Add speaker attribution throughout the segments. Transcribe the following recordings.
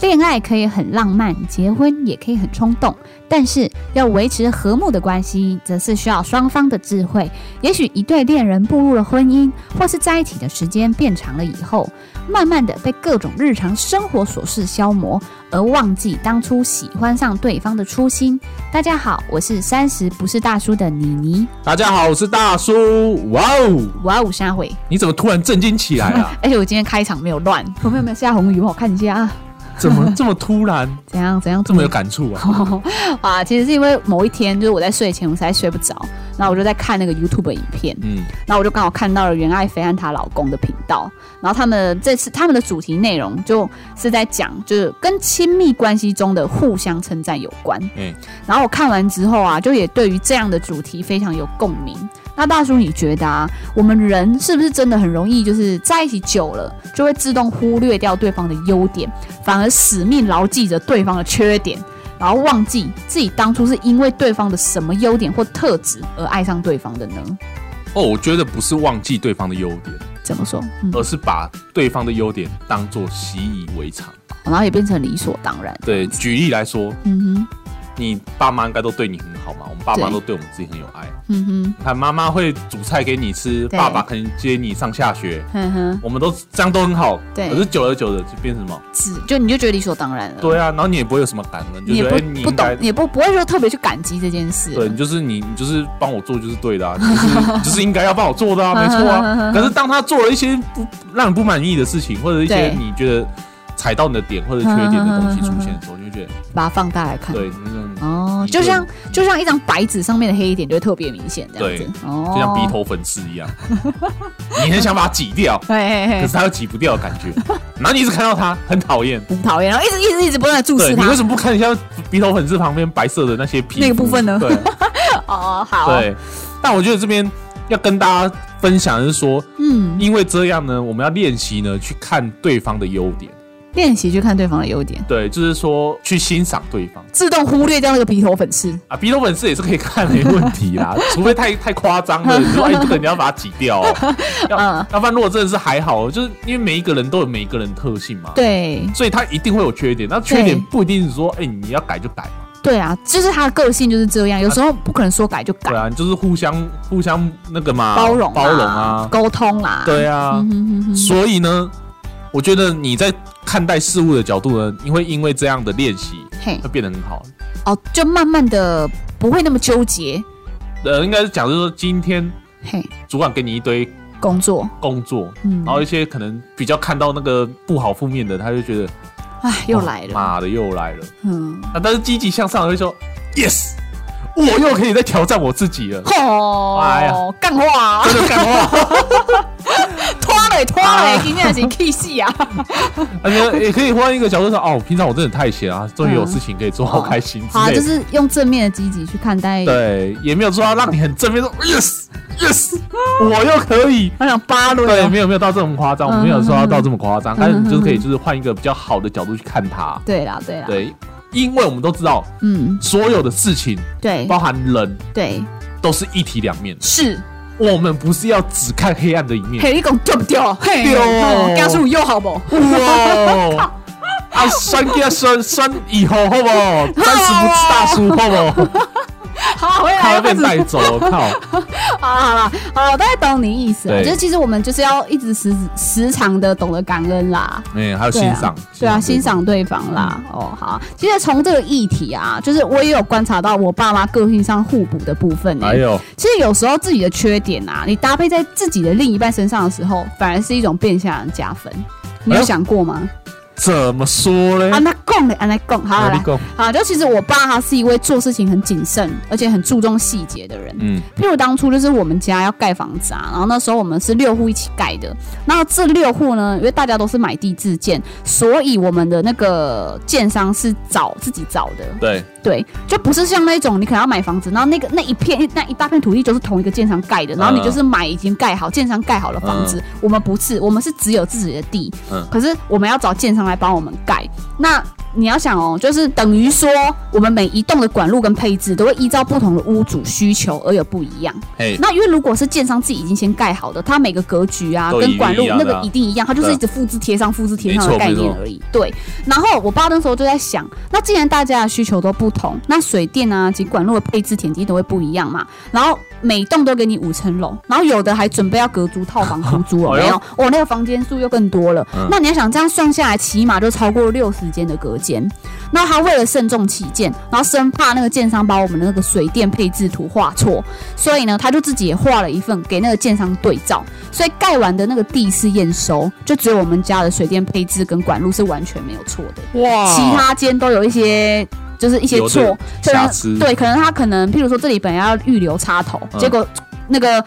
Speaker 1: 恋爱可以很浪漫，结婚也可以很冲动，但是要维持和睦的关系，则是需要双方的智慧。也许一对恋人步入了婚姻，或是在一起的时间变长了以后，慢慢的被各种日常生活琐事消磨，而忘记当初喜欢上对方的初心。大家好，我是三十不是大叔的妮妮。
Speaker 2: 大家好，我是大叔。哇哦，
Speaker 1: 哇哦，下回，
Speaker 2: 你怎么突然震惊起来了、 啊
Speaker 1: 而哎且我今天开场没有乱，旁边哦有没有下红雨？我看一下啊，
Speaker 2: 怎么这么突然，
Speaker 1: 怎样怎样
Speaker 2: 这么有感触啊？
Speaker 1: 啊，其实是因为某一天，就是我在睡前，我实在睡不着，然后我就在看那个 YouTube 影片，
Speaker 2: 嗯，
Speaker 1: 然后我就刚好看到了袁爱菲和她老公的频道，然后他们这次他们的主题内容就是在讲，就是跟亲密关系中的互相称赞有关。
Speaker 2: 嗯
Speaker 1: 然后我看完之后啊，就也对于这样的主题非常有共鸣。那大叔，你觉得啊，我们人是不是真的很容易就是在一起久了，就会自动忽略掉对方的优点，反而死命牢记着对方的缺点，然后忘记自己当初是因为对方的什么优点或特质而爱上对方的呢？
Speaker 2: 哦，我觉得不是忘记对方的优点，
Speaker 1: 怎么说？嗯，
Speaker 2: 而是把对方的优点当做习以为常。
Speaker 1: 然后也变成理所当然。
Speaker 2: 对，举例来说，
Speaker 1: 嗯哼，
Speaker 2: 你爸妈应该都对你很好嘛，我们爸妈
Speaker 1: 对
Speaker 2: 都对我们自己很有爱。
Speaker 1: 嗯哼，
Speaker 2: 看妈妈会煮菜给你吃，
Speaker 1: 对
Speaker 2: 爸爸可能接你上下学，
Speaker 1: 哼嗯哼，
Speaker 2: 我们都这样都很好。
Speaker 1: 对
Speaker 2: 可是久而久之就变成什么？
Speaker 1: 只就你就觉得理所当然了。
Speaker 2: 对啊，然后你也不会有什么感恩，就
Speaker 1: 你
Speaker 2: 觉
Speaker 1: 也
Speaker 2: 得
Speaker 1: 不、
Speaker 2: 哎你
Speaker 1: 不
Speaker 2: 应该
Speaker 1: 懂，也不不会说特别去感激这件事。
Speaker 2: 对，你就是你，你就是帮我做就是对的啊， 你就是你就是应该要帮我 做的啊，没错啊。可是当他做了一些不让你不满意的事情，或者一些
Speaker 1: 对
Speaker 2: 你觉得踩到你的点或者缺点的东西出现的时候，你就觉得
Speaker 1: 把它放大来看。
Speaker 2: 对， 嗯，
Speaker 1: 哦，
Speaker 2: 你
Speaker 1: 就
Speaker 2: 就
Speaker 1: 像就像一张白纸上面的黑点就会特别明显这样子。哦，
Speaker 2: 就像鼻。头粉刺一样， 你很想把它挤掉，
Speaker 1: 嘿嘿嘿
Speaker 2: 可是，它又挤不掉的感觉，然后你一直看到它，很讨厌。
Speaker 1: 很讨厌，然后一直一直一直不断的注视
Speaker 2: 对你
Speaker 1: 他
Speaker 2: 为。什么不看一下鼻头粉刺旁边白色的那些皮肤
Speaker 1: 那个部分呢
Speaker 2: 对
Speaker 1: 哦，好，
Speaker 2: 对，但我觉得这边要跟大家分享的是说，
Speaker 1: 嗯，
Speaker 2: 因为这样呢，我们要练习呢，去看对方的优点，
Speaker 1: 练习去看对方的优点，
Speaker 2: 对，就是说去欣赏对方
Speaker 1: 自动忽略掉那个鼻头粉刺。
Speaker 2: 啊。鼻头粉刺也是可以看，没问题 啦，除非太太夸张了，你说哎，这个你要把它挤掉、 哦，要
Speaker 1: 嗯
Speaker 2: 要不然如果真的是还好，就是因为每一个人都有每一个人特性嘛，，
Speaker 1: 对，
Speaker 2: 所以他一定会有缺点，那缺点
Speaker 1: 对
Speaker 2: 不一定是说，哎，你要改就改嘛，
Speaker 1: 对啊，就是他的个性就是这样，有时候不可能说改就改
Speaker 2: 对，啊，你就是互相互相那个嘛，
Speaker 1: 包容
Speaker 2: 包容啊，
Speaker 1: 沟通啊，
Speaker 2: 对啊，
Speaker 1: 嗯哼哼哼，
Speaker 2: 所以呢，我觉得你在看待事物的角度呢，你会因为这样的练习
Speaker 1: 嘿
Speaker 2: 会，变得很好。
Speaker 1: 哦，就慢慢的不会那么纠结，
Speaker 2: 呃，应该是讲是说，今天
Speaker 1: 嘿，
Speaker 2: 主管给你一堆
Speaker 1: 工作，
Speaker 2: 工作，
Speaker 1: 嗯，
Speaker 2: 然后一些可能比较看到那个不好负面的，他就觉得
Speaker 1: 哎，又来
Speaker 2: 哦
Speaker 1: 了，
Speaker 2: 妈的又来了。
Speaker 1: 嗯，。
Speaker 2: 那但是积极向上的会说，yes，我又可以再挑战我自己了
Speaker 1: 吼，
Speaker 2: 哎呀
Speaker 1: 干话，
Speaker 2: 真的干话，
Speaker 1: 拖嘞拖嘞，今天是 K 戏啊，
Speaker 2: 而且也可以换一个角度说，哦，平常我真的太闲啊，终于有事情可以做，好开心之
Speaker 1: 好啊，
Speaker 2: 类
Speaker 1: 就
Speaker 2: 的。
Speaker 1: 是用正面的积极去看待，
Speaker 2: 对，也没有说要让你很正面说 yes yes，我又可以。
Speaker 1: 哦我想八轮
Speaker 2: 对，
Speaker 1: 哦，
Speaker 2: 没有没有到这么夸张，
Speaker 1: 嗯
Speaker 2: 我们没有说要到这么夸张，
Speaker 1: 嗯
Speaker 2: 但是你就是可以就是换一个比较好的角度去看它。
Speaker 1: 对啦对啦，
Speaker 2: 对，因为我们都知道
Speaker 1: 嗯，
Speaker 2: 所有的事情，
Speaker 1: 对
Speaker 2: 包含人，
Speaker 1: 对
Speaker 2: 都是一体两面。
Speaker 1: 是，
Speaker 2: 我们不是要只看黑暗的一面。
Speaker 1: 嘿，你讲对不对？嘿，
Speaker 2: 对哦
Speaker 1: 告诉我又好不好？
Speaker 2: 哇！啊，酸给酸酸以后好不好？三十不是大叔 好不好？
Speaker 1: 好，回
Speaker 2: 他
Speaker 1: 来
Speaker 2: 要被
Speaker 1: 开始
Speaker 2: 带走，靠！
Speaker 1: 好了好了好了，我大概懂你意思了。
Speaker 2: 对
Speaker 1: 就是其实我们就是要一直时时常的懂得感恩啦，
Speaker 2: 哎，还有欣赏，嗯
Speaker 1: 对啊，欣。赏对方啦。哦，好，其实从这个议题啊，就是我也有观察到我爸妈个性上互补的部分、欸。
Speaker 2: 哎呦，
Speaker 1: 其实有时候自己的缺点啊，你搭配在自己的另一半身上的时候，反而是一种变相的加分。你有
Speaker 2: 哎呦哎
Speaker 1: 想过吗？啊
Speaker 2: 怎么说嘞？
Speaker 1: 安那贡嘞，安那贡，好
Speaker 2: 哪
Speaker 1: 来
Speaker 2: 里够？
Speaker 1: 好，啊就其实我爸他是一位做事情很谨慎，而且很注重细节的人。
Speaker 2: 嗯，
Speaker 1: 譬如当初就是我们家要盖房子啊，然后那时候我们是六户一起盖的。那这六户呢，因为大家都是买地自建，所以我们的那个建商是找自己找的，
Speaker 2: 对，
Speaker 1: 对，就不是像那种你可能要买房子，然后那个那一片那一大片土地就是同一个建商盖的，然
Speaker 2: 嗯
Speaker 1: 后你就是买已经盖好建商盖好了房子。我们不是，我们是只有自己的地，
Speaker 2: 嗯
Speaker 1: 可是我们要找建商来帮我们盖。那你要想哦，就是等于说我们每一栋的管路跟配置都会依照不同的屋主需求而有不一样。
Speaker 2: 嘿，
Speaker 1: 那因为如果是建商自己已经先盖好的，它每个格局啊
Speaker 2: 都一
Speaker 1: 跟
Speaker 2: 定
Speaker 1: 管路
Speaker 2: 一样
Speaker 1: 那
Speaker 2: 的啊
Speaker 1: 个一定一样，它就是
Speaker 2: 对啊
Speaker 1: 一直复制贴上、复制贴上的
Speaker 2: 没错
Speaker 1: 概念
Speaker 2: 没错
Speaker 1: 而已。对。然后我爸那时候就在想，那既然大家的需求都不同，那水电啊及管路的配置田地都会不一样嘛。然后每栋都给你五层楼，然后有的还准备要隔租套 房出租了，
Speaker 2: 哎呦
Speaker 1: 没有？我、那个房间数又更多了。
Speaker 2: 嗯
Speaker 1: 那你要想这样算下来，起码就超过六十间的隔间。那他为了慎重起见，然后生怕那个建商把我们的那个水电配置图画错，所以呢，他就自己也画了一份给那个建商对照。所以盖完的那个地是验收，就只有我们家的水电配置跟管路是完全没有错的，
Speaker 2: 哇
Speaker 1: 其他间都有一些。就是一些
Speaker 2: 有
Speaker 1: 错
Speaker 2: 的，
Speaker 1: 可能
Speaker 2: 瑕疵
Speaker 1: 对，可能他可能，譬如说这里本来要预留插头，
Speaker 2: 嗯
Speaker 1: 结果那个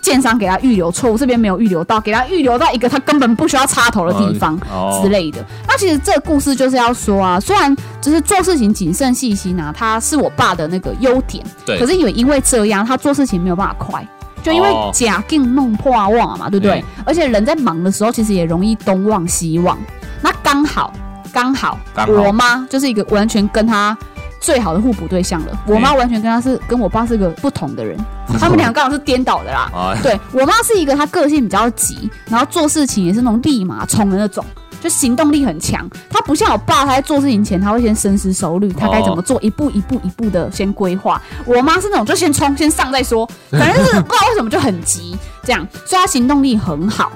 Speaker 1: 建商给他预留错误，这边没有预留到，给他预留到一个他根本不需要插头的地方。
Speaker 2: 哦
Speaker 1: 之类的。那其实这个故事就是要说啊，虽然就是做事情谨慎细心啊，他是我爸的那个优点，
Speaker 2: 对
Speaker 1: 可是也因为这样，他做事情没有办法快。就因为
Speaker 2: 哦
Speaker 1: 假定弄破忘嘛，对不对？
Speaker 2: 嗯
Speaker 1: 而且人在忙的时候，其实也容易东忘西忘。那刚好，刚好，
Speaker 2: 刚好
Speaker 1: 我妈就是一个完全跟他最好的互补对象了。
Speaker 2: 嗯
Speaker 1: 我妈完全跟他是跟我爸是个不同的 人，他们俩刚好是颠倒的啦。
Speaker 2: 啊，
Speaker 1: 对我妈是一个她个性比较急，然后做事情也是那种立马冲的那种，就行动力很强。她不像我爸，他在做事情前他会先深思熟虑，他该怎么做，一步一步一步的先规划。我妈是那种就先冲先上再说，反正就是不知道为什么就很急这样，所以她行动力很好。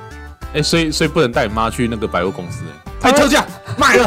Speaker 2: 哎、所以所以不能带你妈去那个百货公 司、哎，哎
Speaker 1: 哦
Speaker 2: 特价 买了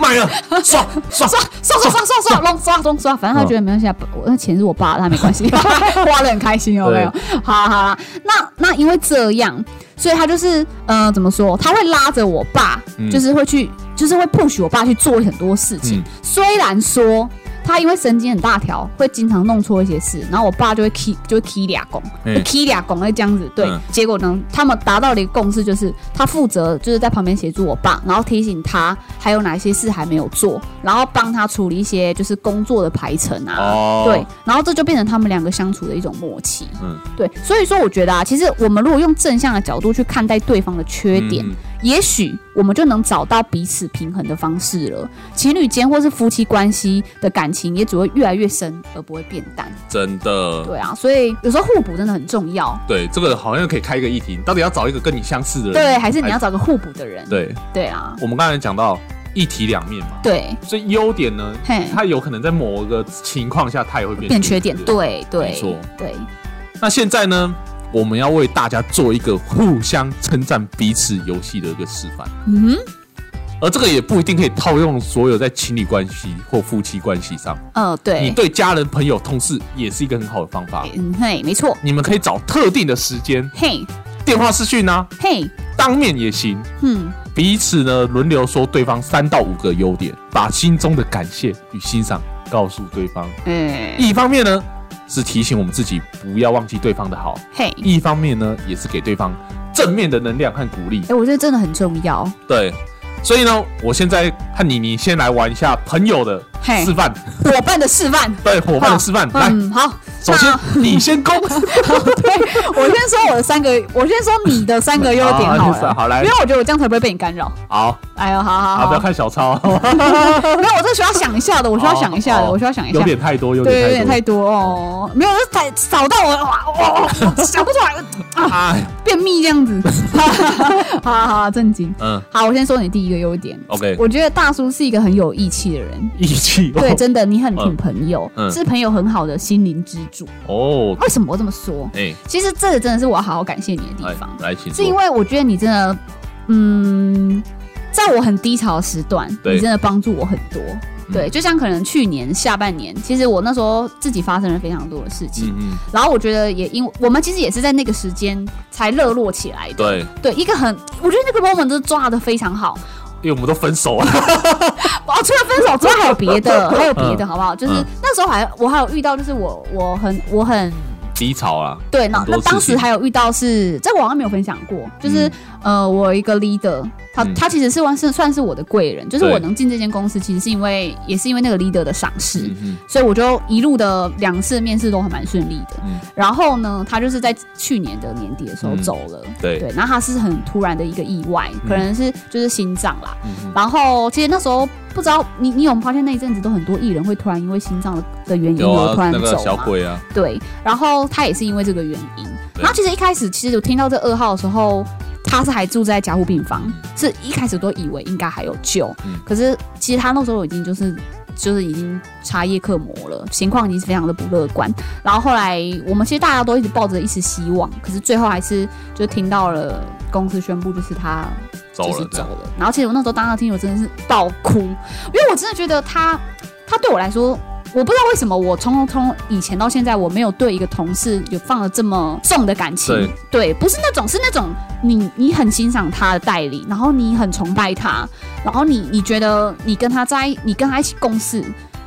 Speaker 2: 买了，爽 爽
Speaker 1: 刷刷刷刷刷刷弄刷弄刷，反正他觉得没关系，啊，不我那钱是我爸的，他没关系， 花的很开心，哦有没有？好啦好啦，那那因为这样，所以他就是呃，怎么说？他会拉着我爸，
Speaker 2: 嗯
Speaker 1: 就是会去，就是会 push 我爸去做很多事情
Speaker 2: 嗯。
Speaker 1: 虽然说。他因为神经很大条，会经常弄错一些事，然后我爸就会 k 就会 k 俩拱，
Speaker 2: 嗯
Speaker 1: 就 k 俩拱会这样子，对。
Speaker 2: 嗯
Speaker 1: 结果呢，他们达到了一个共识，就是他负责就是在旁边协助我爸，然后提醒他还有哪些事还没有做，然后帮他处理一些就是工作的排程啊，
Speaker 2: 哦，
Speaker 1: 对，，然后这就变成他们两个相处的一种默契。
Speaker 2: 嗯，
Speaker 1: 对，所以说我觉得啊，其实我们如果用正向的角度去看待对方的缺点，
Speaker 2: 嗯
Speaker 1: 也许我们就能找到彼此平衡的方式了。情侣间或是夫妻关系的感情也只会越来越深，而不会变淡。
Speaker 2: 真的，
Speaker 1: 对啊，所以有时候互补真的很重要。
Speaker 2: 对，这个好像可以开一个议题，你到底要找一个跟你相似的人，
Speaker 1: 对，还是你要找个互补的人。
Speaker 2: 对，
Speaker 1: 对啊，
Speaker 2: 我们刚才讲到一体两面嘛，
Speaker 1: 对，
Speaker 2: 所以优点呢，
Speaker 1: 嘿，
Speaker 2: 它有可能在某个情况下它也会变
Speaker 1: 变缺点，
Speaker 2: 对。
Speaker 1: 对对，
Speaker 2: 没错
Speaker 1: 对，
Speaker 2: 那现在呢，我们要为大家做一个互相称赞彼此游戏的一个示范。
Speaker 1: 嗯
Speaker 2: 而这个也不一定可以套用所有在情侣关系或夫妻关系上，
Speaker 1: 哼，呃，
Speaker 2: 你
Speaker 1: 对，
Speaker 2: 对家人、朋友、同事也是一个很好的方法。
Speaker 1: 嗯嘿，没错，
Speaker 2: 你们可以找特定的时间，
Speaker 1: 嘿
Speaker 2: 电话视讯啊，
Speaker 1: 嘿，
Speaker 2: 当面也行，
Speaker 1: 嗯，
Speaker 2: 彼此呢轮流说对方三到五个优点，把心中的感谢与欣赏告诉对方。
Speaker 1: 哎，
Speaker 2: 一方面呢是提醒我们自己不要忘记对方的好，
Speaker 1: 嘿，
Speaker 2: 一方面呢也是给对方正面的能量和鼓励。
Speaker 1: 哎，我觉得真的很重要，
Speaker 2: 对，所以呢，我现在和你，你先来玩一下朋友的
Speaker 1: 嘿
Speaker 2: 示范，
Speaker 1: 伙伴的示范。
Speaker 2: 对伙伴的示范。来，
Speaker 1: 嗯，好，
Speaker 2: 首先你先 攻，
Speaker 1: 我先说我的三个，我先说你的三个优点
Speaker 2: 好
Speaker 1: 好
Speaker 2: 就是
Speaker 1: 了，
Speaker 2: 啊好来
Speaker 1: 因为我觉得我这样才不会被你干扰。
Speaker 2: 好
Speaker 1: 哎呦，好好
Speaker 2: 啊，不要
Speaker 1: 好，
Speaker 2: 看小抄，
Speaker 1: 没有，我这需要想一下的，我需要想一下的，
Speaker 2: 哦
Speaker 1: 我需要想一下
Speaker 2: 有。点太多，有
Speaker 1: 对，有点
Speaker 2: 点太
Speaker 1: 太多哦，没有，这太扫到我，哇哇哇，想不出来，
Speaker 2: 多。哎，
Speaker 1: 便秘这样子。 好好好，正经。
Speaker 2: 嗯
Speaker 1: 好，我先说你第一个优点。
Speaker 2: ，OK，
Speaker 1: 我觉得大叔是一个很有义气的人，
Speaker 2: 义气哦
Speaker 1: 对，真的，你很挺
Speaker 2: 嗯
Speaker 1: 朋友，
Speaker 2: 嗯
Speaker 1: 是朋友很好的心灵支柱。
Speaker 2: 哦，
Speaker 1: 为什么我这么说？
Speaker 2: 哎，
Speaker 1: 其实这个真的是我要好好感谢你的地
Speaker 2: 来
Speaker 1: 方，
Speaker 2: 来，请坐，
Speaker 1: 是因为我觉得你真的，嗯，在我很低潮的时段，
Speaker 2: 对
Speaker 1: 你真的帮助我很多。对，
Speaker 2: 嗯
Speaker 1: 就像可能去年下半年，其实我那时候自己发生了非常多的事情，
Speaker 2: 嗯嗯，
Speaker 1: 然后我觉得也因为我们其实也是在那个时间才热络起来的。
Speaker 2: 对，
Speaker 1: 对，一个很，我觉得那个 moment 真的抓的非常好。
Speaker 2: 因为我们都 分手了，啊
Speaker 1: 哦，除了分手之外还有别 的，还有别的，好不好？就是
Speaker 2: 嗯
Speaker 1: 那时候还我还有遇到，就是我我很我很
Speaker 2: 低潮啊，
Speaker 1: 对，那
Speaker 2: 很多
Speaker 1: 那当时
Speaker 2: 事情
Speaker 1: 还有遇到是在网上没有分享过，就是、呃，我有一个 leader，他
Speaker 2: 嗯
Speaker 1: 他其实是算是算是我的贵人，就是
Speaker 2: 对
Speaker 1: 我能进这间公司，其实是因为也是因为那个 leader 的赏识，
Speaker 2: 嗯嗯
Speaker 1: 所以我就一路的两次面试都还蛮顺利的。
Speaker 2: 嗯
Speaker 1: 然后呢，他就是在去年的年底的时候
Speaker 2: 嗯
Speaker 1: 走了，
Speaker 2: 对
Speaker 1: 对，然后他是很突然的一个意外，
Speaker 2: 嗯
Speaker 1: 可能是就是心脏啦。
Speaker 2: 嗯嗯
Speaker 1: 然后其实那时候不知道你你有没有发现那一阵子都很多艺人会突然因为心脏的的原因
Speaker 2: 有
Speaker 1: 而
Speaker 2: 啊
Speaker 1: 嗯突，然
Speaker 2: 那个
Speaker 1: 走
Speaker 2: 小
Speaker 1: 嘛，
Speaker 2: 鬼啊，
Speaker 1: 对，然后他也是因为这个原因。
Speaker 2: 对
Speaker 1: 然后其实一开始其实我听到这噩耗的时候，他是还住在加护病房
Speaker 2: 嗯，
Speaker 1: 是一开始都以为应该还有救，
Speaker 2: 嗯
Speaker 1: 可是其实他那时候已经就是。就是已经茶叶克磨了，情况已经是非常的不乐观。然后后来我们其实大家都一直抱着一丝希望，可是最后还是就听到了公司宣布，就是他
Speaker 2: 走
Speaker 1: 就是
Speaker 2: 了
Speaker 1: 走
Speaker 2: 这样，
Speaker 1: 了。然后其实我那时候当他听，我真的是爆哭，因为我真的觉得他，他对我来说，我不知道为什么我从从以前到现在，我没有对一个同事有放了这么重的感情。对，不是那种，是那种你你很欣赏他的代理，然后你很崇拜他，然后你你觉得你跟他在你跟他一起共事。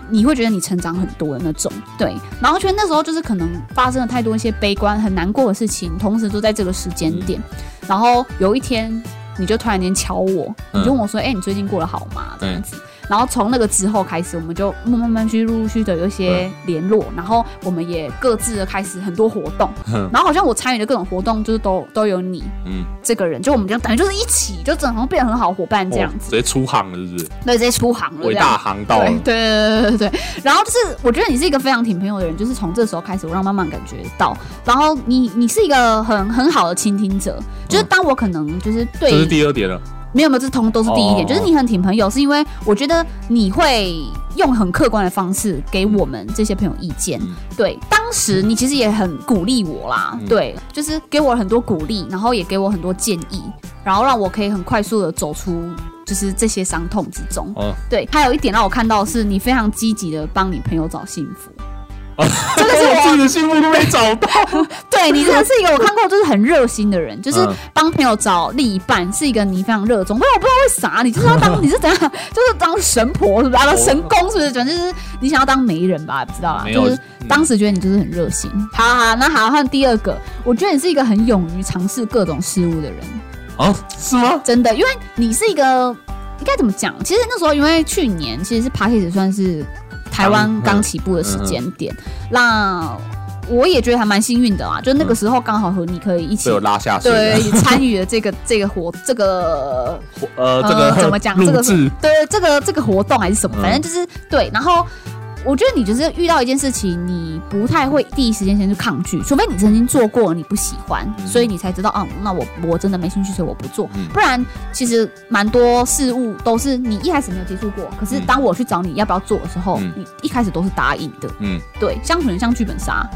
Speaker 1: 你会觉得你成长很多的那种，对，然后觉得那时候就是可能发生了太多一些悲观、很难过的事情，同时都在这个时间点，然后有一天你就突然间敲我，
Speaker 2: 嗯
Speaker 1: 你就问我说：“哎、你最近过得好吗？”这样
Speaker 2: 嗯
Speaker 1: 子。然后从那个之后开始，我们就慢慢慢去陆陆续续的有一些联络，然后我们也各自的开始很多活动，
Speaker 2: 哼
Speaker 1: 然后好像我参与的各种活动就是都都有你
Speaker 2: 嗯，
Speaker 1: 这个人，就我们就等于就是一起，就整好像变得很好伙伴这样
Speaker 2: 哦
Speaker 1: 子，
Speaker 2: 直接出航了，是不是？
Speaker 1: 对，直接出航了这
Speaker 2: 伟
Speaker 1: 样
Speaker 2: 大哦
Speaker 1: 子。
Speaker 2: 航道了
Speaker 1: 对，对对对对对。然后就是，我觉得你是一个非常挺朋友的人，就是从这时候开始，我让慢慢感觉到。然后你你是一个很很好的倾听者，就是当我可能就是对、
Speaker 2: 嗯这是第二点了，
Speaker 1: 没有没有，这通都是第一点，
Speaker 2: 哦
Speaker 1: 就是你很挺朋友，是因为我觉得你会用很客观的方式给我们这些朋友意见。
Speaker 2: 嗯
Speaker 1: 对，当时你其实也很鼓励我啦，
Speaker 2: 嗯
Speaker 1: 对，就是给我很多鼓励，然后也给我很多建议，然后让我可以很快速的走出。就是这些伤痛之中，
Speaker 2: 哦，
Speaker 1: 对，还有一点让我看到的是你非常积极的帮你朋友找幸 福，
Speaker 2: 这
Speaker 1: 个是 我
Speaker 2: 自己的幸福都没找到，
Speaker 1: 对你真的是一个我看过就是很热心的人，
Speaker 2: 嗯
Speaker 1: 就是帮朋友找另一半是一个你非常热衷，但我不知道为啥你就是要当你是怎样，就是当神婆是不是？啊，神公是不是？反正就是你想要当媒人吧，不知道啦。
Speaker 2: 哦没有 嗯
Speaker 1: 就是当时觉得你就是很热心。好好好，那好，换第二个，我觉得你是一个很勇于尝试各种事物的人，
Speaker 2: 啊，是吗？
Speaker 1: 真的，因为你是一个应该怎么讲？其实那时候因为去年其实是 p a c k a g e 算是台湾
Speaker 2: 刚
Speaker 1: 刚起步的时间点，
Speaker 2: 嗯
Speaker 1: 那我也觉得还蛮幸运的啊，就那个时候刚好和你可以一起
Speaker 2: 被我拉下水了，
Speaker 1: 对参与了这个这个活这个
Speaker 2: 呃，这个
Speaker 1: 呃 怎么讲这
Speaker 2: 录
Speaker 1: 个是
Speaker 2: 制，
Speaker 1: 对这个这个活动还是什么，
Speaker 2: 嗯
Speaker 1: 反正就是对，然后。我觉得你就是遇到一件事情，你不太会第一时间先去抗拒，除非你曾经做过你不喜欢，
Speaker 2: 嗯
Speaker 1: 所以你才知道啊，那我我真的没兴趣，所以我不做。
Speaker 2: 嗯
Speaker 1: 不然其实蛮多事物都是你一开始没有接触过，可是
Speaker 2: 嗯
Speaker 1: 当我去找你要不要做的时候，
Speaker 2: 嗯
Speaker 1: 你一开始都是答应的。
Speaker 2: 嗯，
Speaker 1: 对，像可能像剧本杀，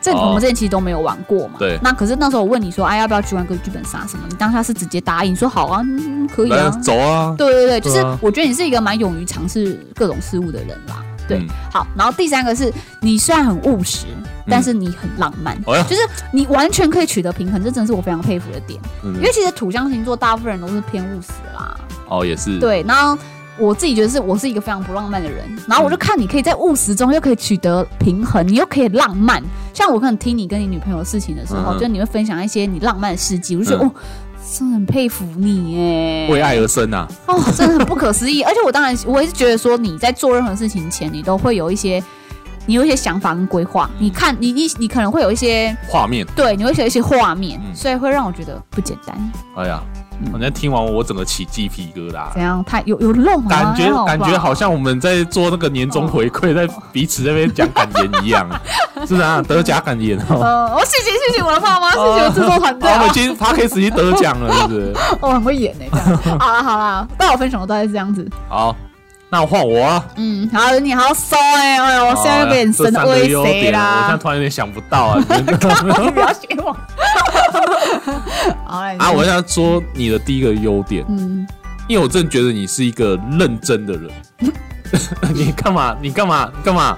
Speaker 1: 这个
Speaker 2: 哦
Speaker 1: 我们之前其实都没有玩过嘛。
Speaker 2: 对
Speaker 1: 那可是那时候我问你说，哎、要不要去玩个剧本杀什么？你当下是直接答应说好啊，嗯、可以
Speaker 2: 来
Speaker 1: 啊。
Speaker 2: 走啊，
Speaker 1: 对对对，就
Speaker 2: 对
Speaker 1: 是
Speaker 2: 啊
Speaker 1: 我觉得你是一个蛮勇于尝试各种事物的人啦。对，
Speaker 2: 嗯
Speaker 1: 好，然后第三个是你虽然很务实，但是你很浪漫，
Speaker 2: 哎呀
Speaker 1: 就是你完全可以取得平衡，这真的是我非常佩服的点。因
Speaker 2: 嗯
Speaker 1: 为其实土象星座大部分人都是偏务实啦，
Speaker 2: 哦也是，
Speaker 1: 对，然后我自己觉得是我是一个非常不浪漫的人，然后我就看你可以在务实中又可以取得平衡，你又可以浪漫。像我可能听你跟你女朋友的事情的时候，
Speaker 2: 嗯
Speaker 1: 就你会分享一些你浪漫的事迹，我就觉得、
Speaker 2: 嗯
Speaker 1: 哦，真的很佩服你耶，
Speaker 2: 为爱而生啊，
Speaker 1: 哦，真的很不可思议。 而且我当然，我也是觉得说你在做任何事情前，你都会有一些。你有一些想法跟规划，
Speaker 2: 嗯
Speaker 1: 你看你你你可能会有一些
Speaker 2: 画面，
Speaker 1: 对，你会有一些画面，
Speaker 2: 嗯
Speaker 1: 所以会让我觉得不简单。
Speaker 2: 哎呀，
Speaker 1: 嗯
Speaker 2: 我那听完我整个起鸡皮疙瘩
Speaker 1: 怎。样？太有有肉吗？
Speaker 2: 感觉
Speaker 1: 还吧
Speaker 2: 感觉好像我们在做那个年终回
Speaker 1: 哦
Speaker 2: 馈，在彼此那边讲感言一样， 是啊，得奖感言哦。
Speaker 1: 呃，我谢谢谢谢我的爸妈，谢谢我制作团队
Speaker 2: 啊，我们
Speaker 1: 啊，
Speaker 2: 已经 p a r k 已经得奖了，是不是？
Speaker 1: 哦我很会演呢、这样 好啦好啦，但我分享的大概是这样子。
Speaker 2: 好，那我换我啊。
Speaker 1: 嗯，好，你好骚哎、哎呦，我现在又被你
Speaker 2: 这
Speaker 1: 神
Speaker 2: 三个
Speaker 1: 威
Speaker 2: 优
Speaker 1: 谁
Speaker 2: 点，我现在
Speaker 1: 啦？
Speaker 2: 突然有点想不到啊。你们
Speaker 1: 不要学我。好来
Speaker 2: 啊，我想说你的第一个优点，
Speaker 1: 嗯，
Speaker 2: 因为我真的觉得你是一个认真的人。 你干嘛？你干嘛？干嘛？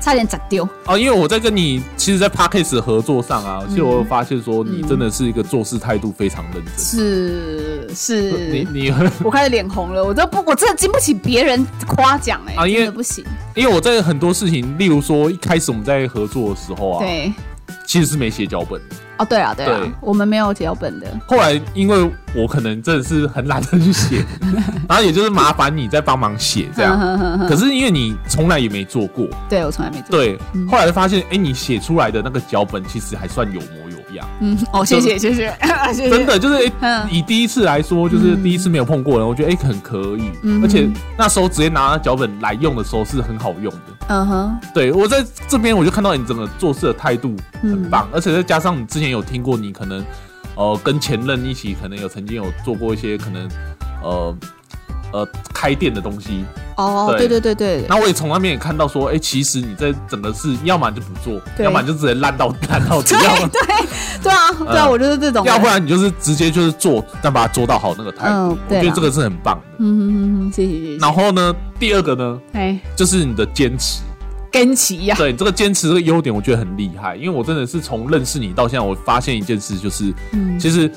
Speaker 1: 差点砸丢。
Speaker 2: 哦，因为我在跟你，其实，在 p a r k a s 合作上啊，其实我有发现说，你
Speaker 1: 嗯
Speaker 2: 真的是一个做事态度非常认真。
Speaker 1: 是是，
Speaker 2: 你你，
Speaker 1: 我开始脸红了，我都不，我真的经不起别人夸奖哎、
Speaker 2: 啊因为
Speaker 1: 真的不行。
Speaker 2: 因为我在很多事情，例如说一开始我们在合作的时候啊，
Speaker 1: 对，
Speaker 2: 其实是没写脚本的，
Speaker 1: 哦，对啊，对啊，
Speaker 2: 对
Speaker 1: 我们没有脚本的，
Speaker 2: 后来因为我可能真的是很懒得 去写，然后也就是麻烦你再帮忙写这
Speaker 1: 嗯
Speaker 2: 样。可是因为你从来也没做过，
Speaker 1: 对我从来没做。
Speaker 2: 对
Speaker 1: 嗯，
Speaker 2: 后来发现，哎、你写出来的那个脚本其实还算有模有样，
Speaker 1: 嗯，哦，谢谢，谢 谢，谢谢。
Speaker 2: 真，的就是，哎、
Speaker 1: 嗯
Speaker 2: 以第一次来说，就是
Speaker 1: 嗯
Speaker 2: 第一次没有碰过的，我觉得哎、很可以，
Speaker 1: 嗯哼
Speaker 2: 而且那时候直接拿脚本来用的时候是很好用的。
Speaker 1: 嗯哼，
Speaker 2: 对我在这边我就看到你整个做事的态度
Speaker 1: 嗯
Speaker 2: 很棒，而且再加上你之前有听过你可能，呃，跟前任一起可能有曾经有做过一些可能，呃。呃，开店的东西，
Speaker 1: 哦，对
Speaker 2: 对
Speaker 1: 对对对，
Speaker 2: 那我也从那边也看到说，哎、其实你在整个事，要么你就不做，
Speaker 1: 对
Speaker 2: 要么你就直接烂到烂到底，
Speaker 1: 对
Speaker 2: 要么
Speaker 1: 对啊，对啊，我就是这种人。
Speaker 2: 嗯要不然你就是直接就是做，但把它做到好那个态
Speaker 1: 嗯
Speaker 2: 度，我
Speaker 1: 对
Speaker 2: 觉得
Speaker 1: 啦
Speaker 2: 这个是很棒的。
Speaker 1: 嗯，嗯嗯嗯，谢谢谢谢。
Speaker 2: 然后呢，第二个呢，
Speaker 1: 哎，
Speaker 2: 就是你的坚持。
Speaker 1: 跟齐呀，
Speaker 2: 对这个坚持这个优点，我觉得很厉害，因为我真的是从认识你到现在，我发现一件事，就是
Speaker 1: 嗯，
Speaker 2: 其实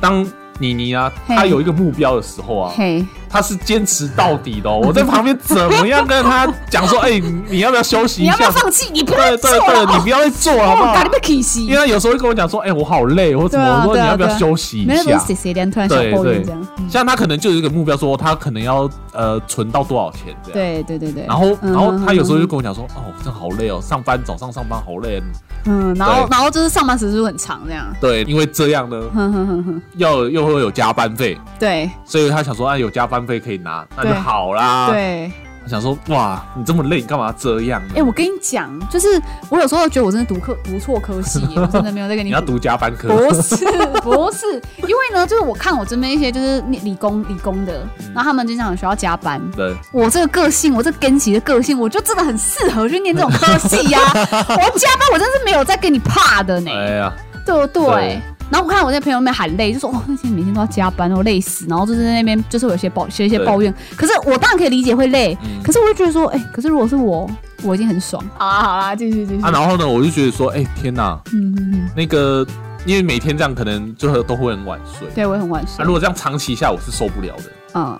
Speaker 2: 当妮妮啊，
Speaker 1: 嘿
Speaker 2: 她有一个目标的时候啊，
Speaker 1: 嘿，
Speaker 2: 她是坚持到底的、哦。我在旁边怎么样跟她讲说，哎、你你要不要休息
Speaker 1: 你
Speaker 2: 一
Speaker 1: 要不要
Speaker 2: 下？
Speaker 1: 放弃？你不要
Speaker 2: 对
Speaker 1: 做
Speaker 2: 对 对，你
Speaker 1: 了，
Speaker 2: 不要再做了好不
Speaker 1: 啊哦， 打
Speaker 2: 好
Speaker 1: 你？被气死
Speaker 2: 因为。她有时候会跟我讲说，哎、我好累，或者怎么，
Speaker 1: 对啊
Speaker 2: 我说
Speaker 1: 对
Speaker 2: 你
Speaker 1: 啊
Speaker 2: 要不
Speaker 1: 对
Speaker 2: 要
Speaker 1: 啊
Speaker 2: 休息一
Speaker 1: 没有，不
Speaker 2: 下
Speaker 1: 是？谁谁连突然小抱怨这样。嗯
Speaker 2: 像他可能就有一个目标说，他可能要呃存到多少钱这样。。
Speaker 1: 对对对对。
Speaker 2: 然后，
Speaker 1: 嗯
Speaker 2: 然后他有时候就
Speaker 1: 嗯
Speaker 2: 跟我讲说：“哦，真的好累哦，上班早上上班好累。
Speaker 1: 嗯，然后
Speaker 2: 对
Speaker 1: 然后就是上班时数很长这样”。
Speaker 2: 对，因为这样呢，
Speaker 1: 哼哼哼哼，
Speaker 2: 要又会有加班费，
Speaker 1: 对
Speaker 2: 所以他想说：“啊，有加班费可以拿，那就
Speaker 1: 对
Speaker 2: 好啦。”。
Speaker 1: 对。
Speaker 2: 他想说：“哇，你这么累，你干嘛这样呢？
Speaker 1: 哎，我跟你讲，就是我有时候觉得我真的读科读错科系 耶，我真的没有在跟你
Speaker 2: 你要
Speaker 1: 胡
Speaker 2: 读加班科。
Speaker 1: 不是不是，因为呢，就是我看我身边一些就是念理工理工的，然后他们经常需要加班。”
Speaker 2: 对，
Speaker 1: 我这个个性，我这跟级的个性，我就真的很适合去念这种科系 呀、我加班，我真是没有在跟你怕的呢，
Speaker 2: 哎呀，
Speaker 1: 对不对？
Speaker 2: 对
Speaker 1: 然后我看我那朋友们喊累，就说哦，那些每天都要加班，我累死。然后就是在那边就是有一些抱，有一些抱怨。可是我当然可以理解会累，
Speaker 2: 嗯
Speaker 1: 可是我就觉得说，哎、可是如果是我，我已经很爽。好啦好啦，继续继续。
Speaker 2: 啊，然后呢，我就觉得说：“哎，天哪，
Speaker 1: 嗯嗯嗯，
Speaker 2: 那个，因为每天这样可能就都会很晚睡。
Speaker 1: 对我也很晚
Speaker 2: 那
Speaker 1: 睡。
Speaker 2: 啊如果这样长期下，我是受不了的。
Speaker 1: 嗯，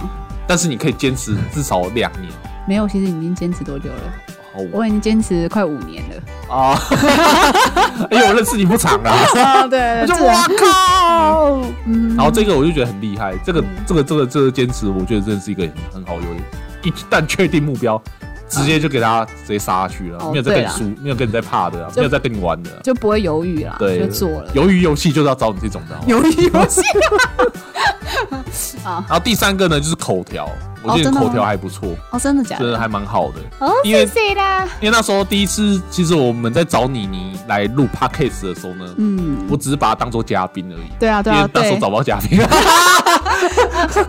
Speaker 2: 但是你可以坚持至少两年。”
Speaker 1: 没有，其实已经坚持多久了？
Speaker 2: 好我
Speaker 1: 我已经坚持快五年 了。
Speaker 2: 啊，因为我认识你不长 啦。
Speaker 1: 啊，对
Speaker 2: 我就
Speaker 1: 这
Speaker 2: 哇靠！
Speaker 1: 嗯
Speaker 2: 然后这个我就觉得很厉害，这个
Speaker 1: 嗯
Speaker 2: 这个这个这个坚持，我觉得真的是一个很好优点。一旦确定目标，直接就给他直接杀下去了
Speaker 1: 哦，
Speaker 2: 没有再跟
Speaker 1: 对
Speaker 2: 你
Speaker 1: 啊
Speaker 2: 输，没有跟你再怕的啊，
Speaker 1: 就
Speaker 2: 没有再跟你玩的啊。
Speaker 1: 就不会犹豫啦，
Speaker 2: 对
Speaker 1: 就做了。
Speaker 2: 鱿鱼游戏就是要找你这种的啊。
Speaker 1: 犹豫游戏 啊！
Speaker 2: 然后第三个呢，就是口条，我觉得
Speaker 1: 真
Speaker 2: 你
Speaker 1: 的吗
Speaker 2: 口条还不错，
Speaker 1: 哦，真的假
Speaker 2: 真的
Speaker 1: 的？
Speaker 2: 还蛮好的。
Speaker 1: 哦，
Speaker 2: 因为
Speaker 1: 谢谢啦。
Speaker 2: 因为那时候第一次，其实我们在找你你来录 podcast 的时候呢，
Speaker 1: 嗯，
Speaker 2: 我只是把他当做嘉宾而已。
Speaker 1: 对啊，对
Speaker 2: 因
Speaker 1: 啊
Speaker 2: 为，那时
Speaker 1: 对
Speaker 2: 候，找不到嘉宾，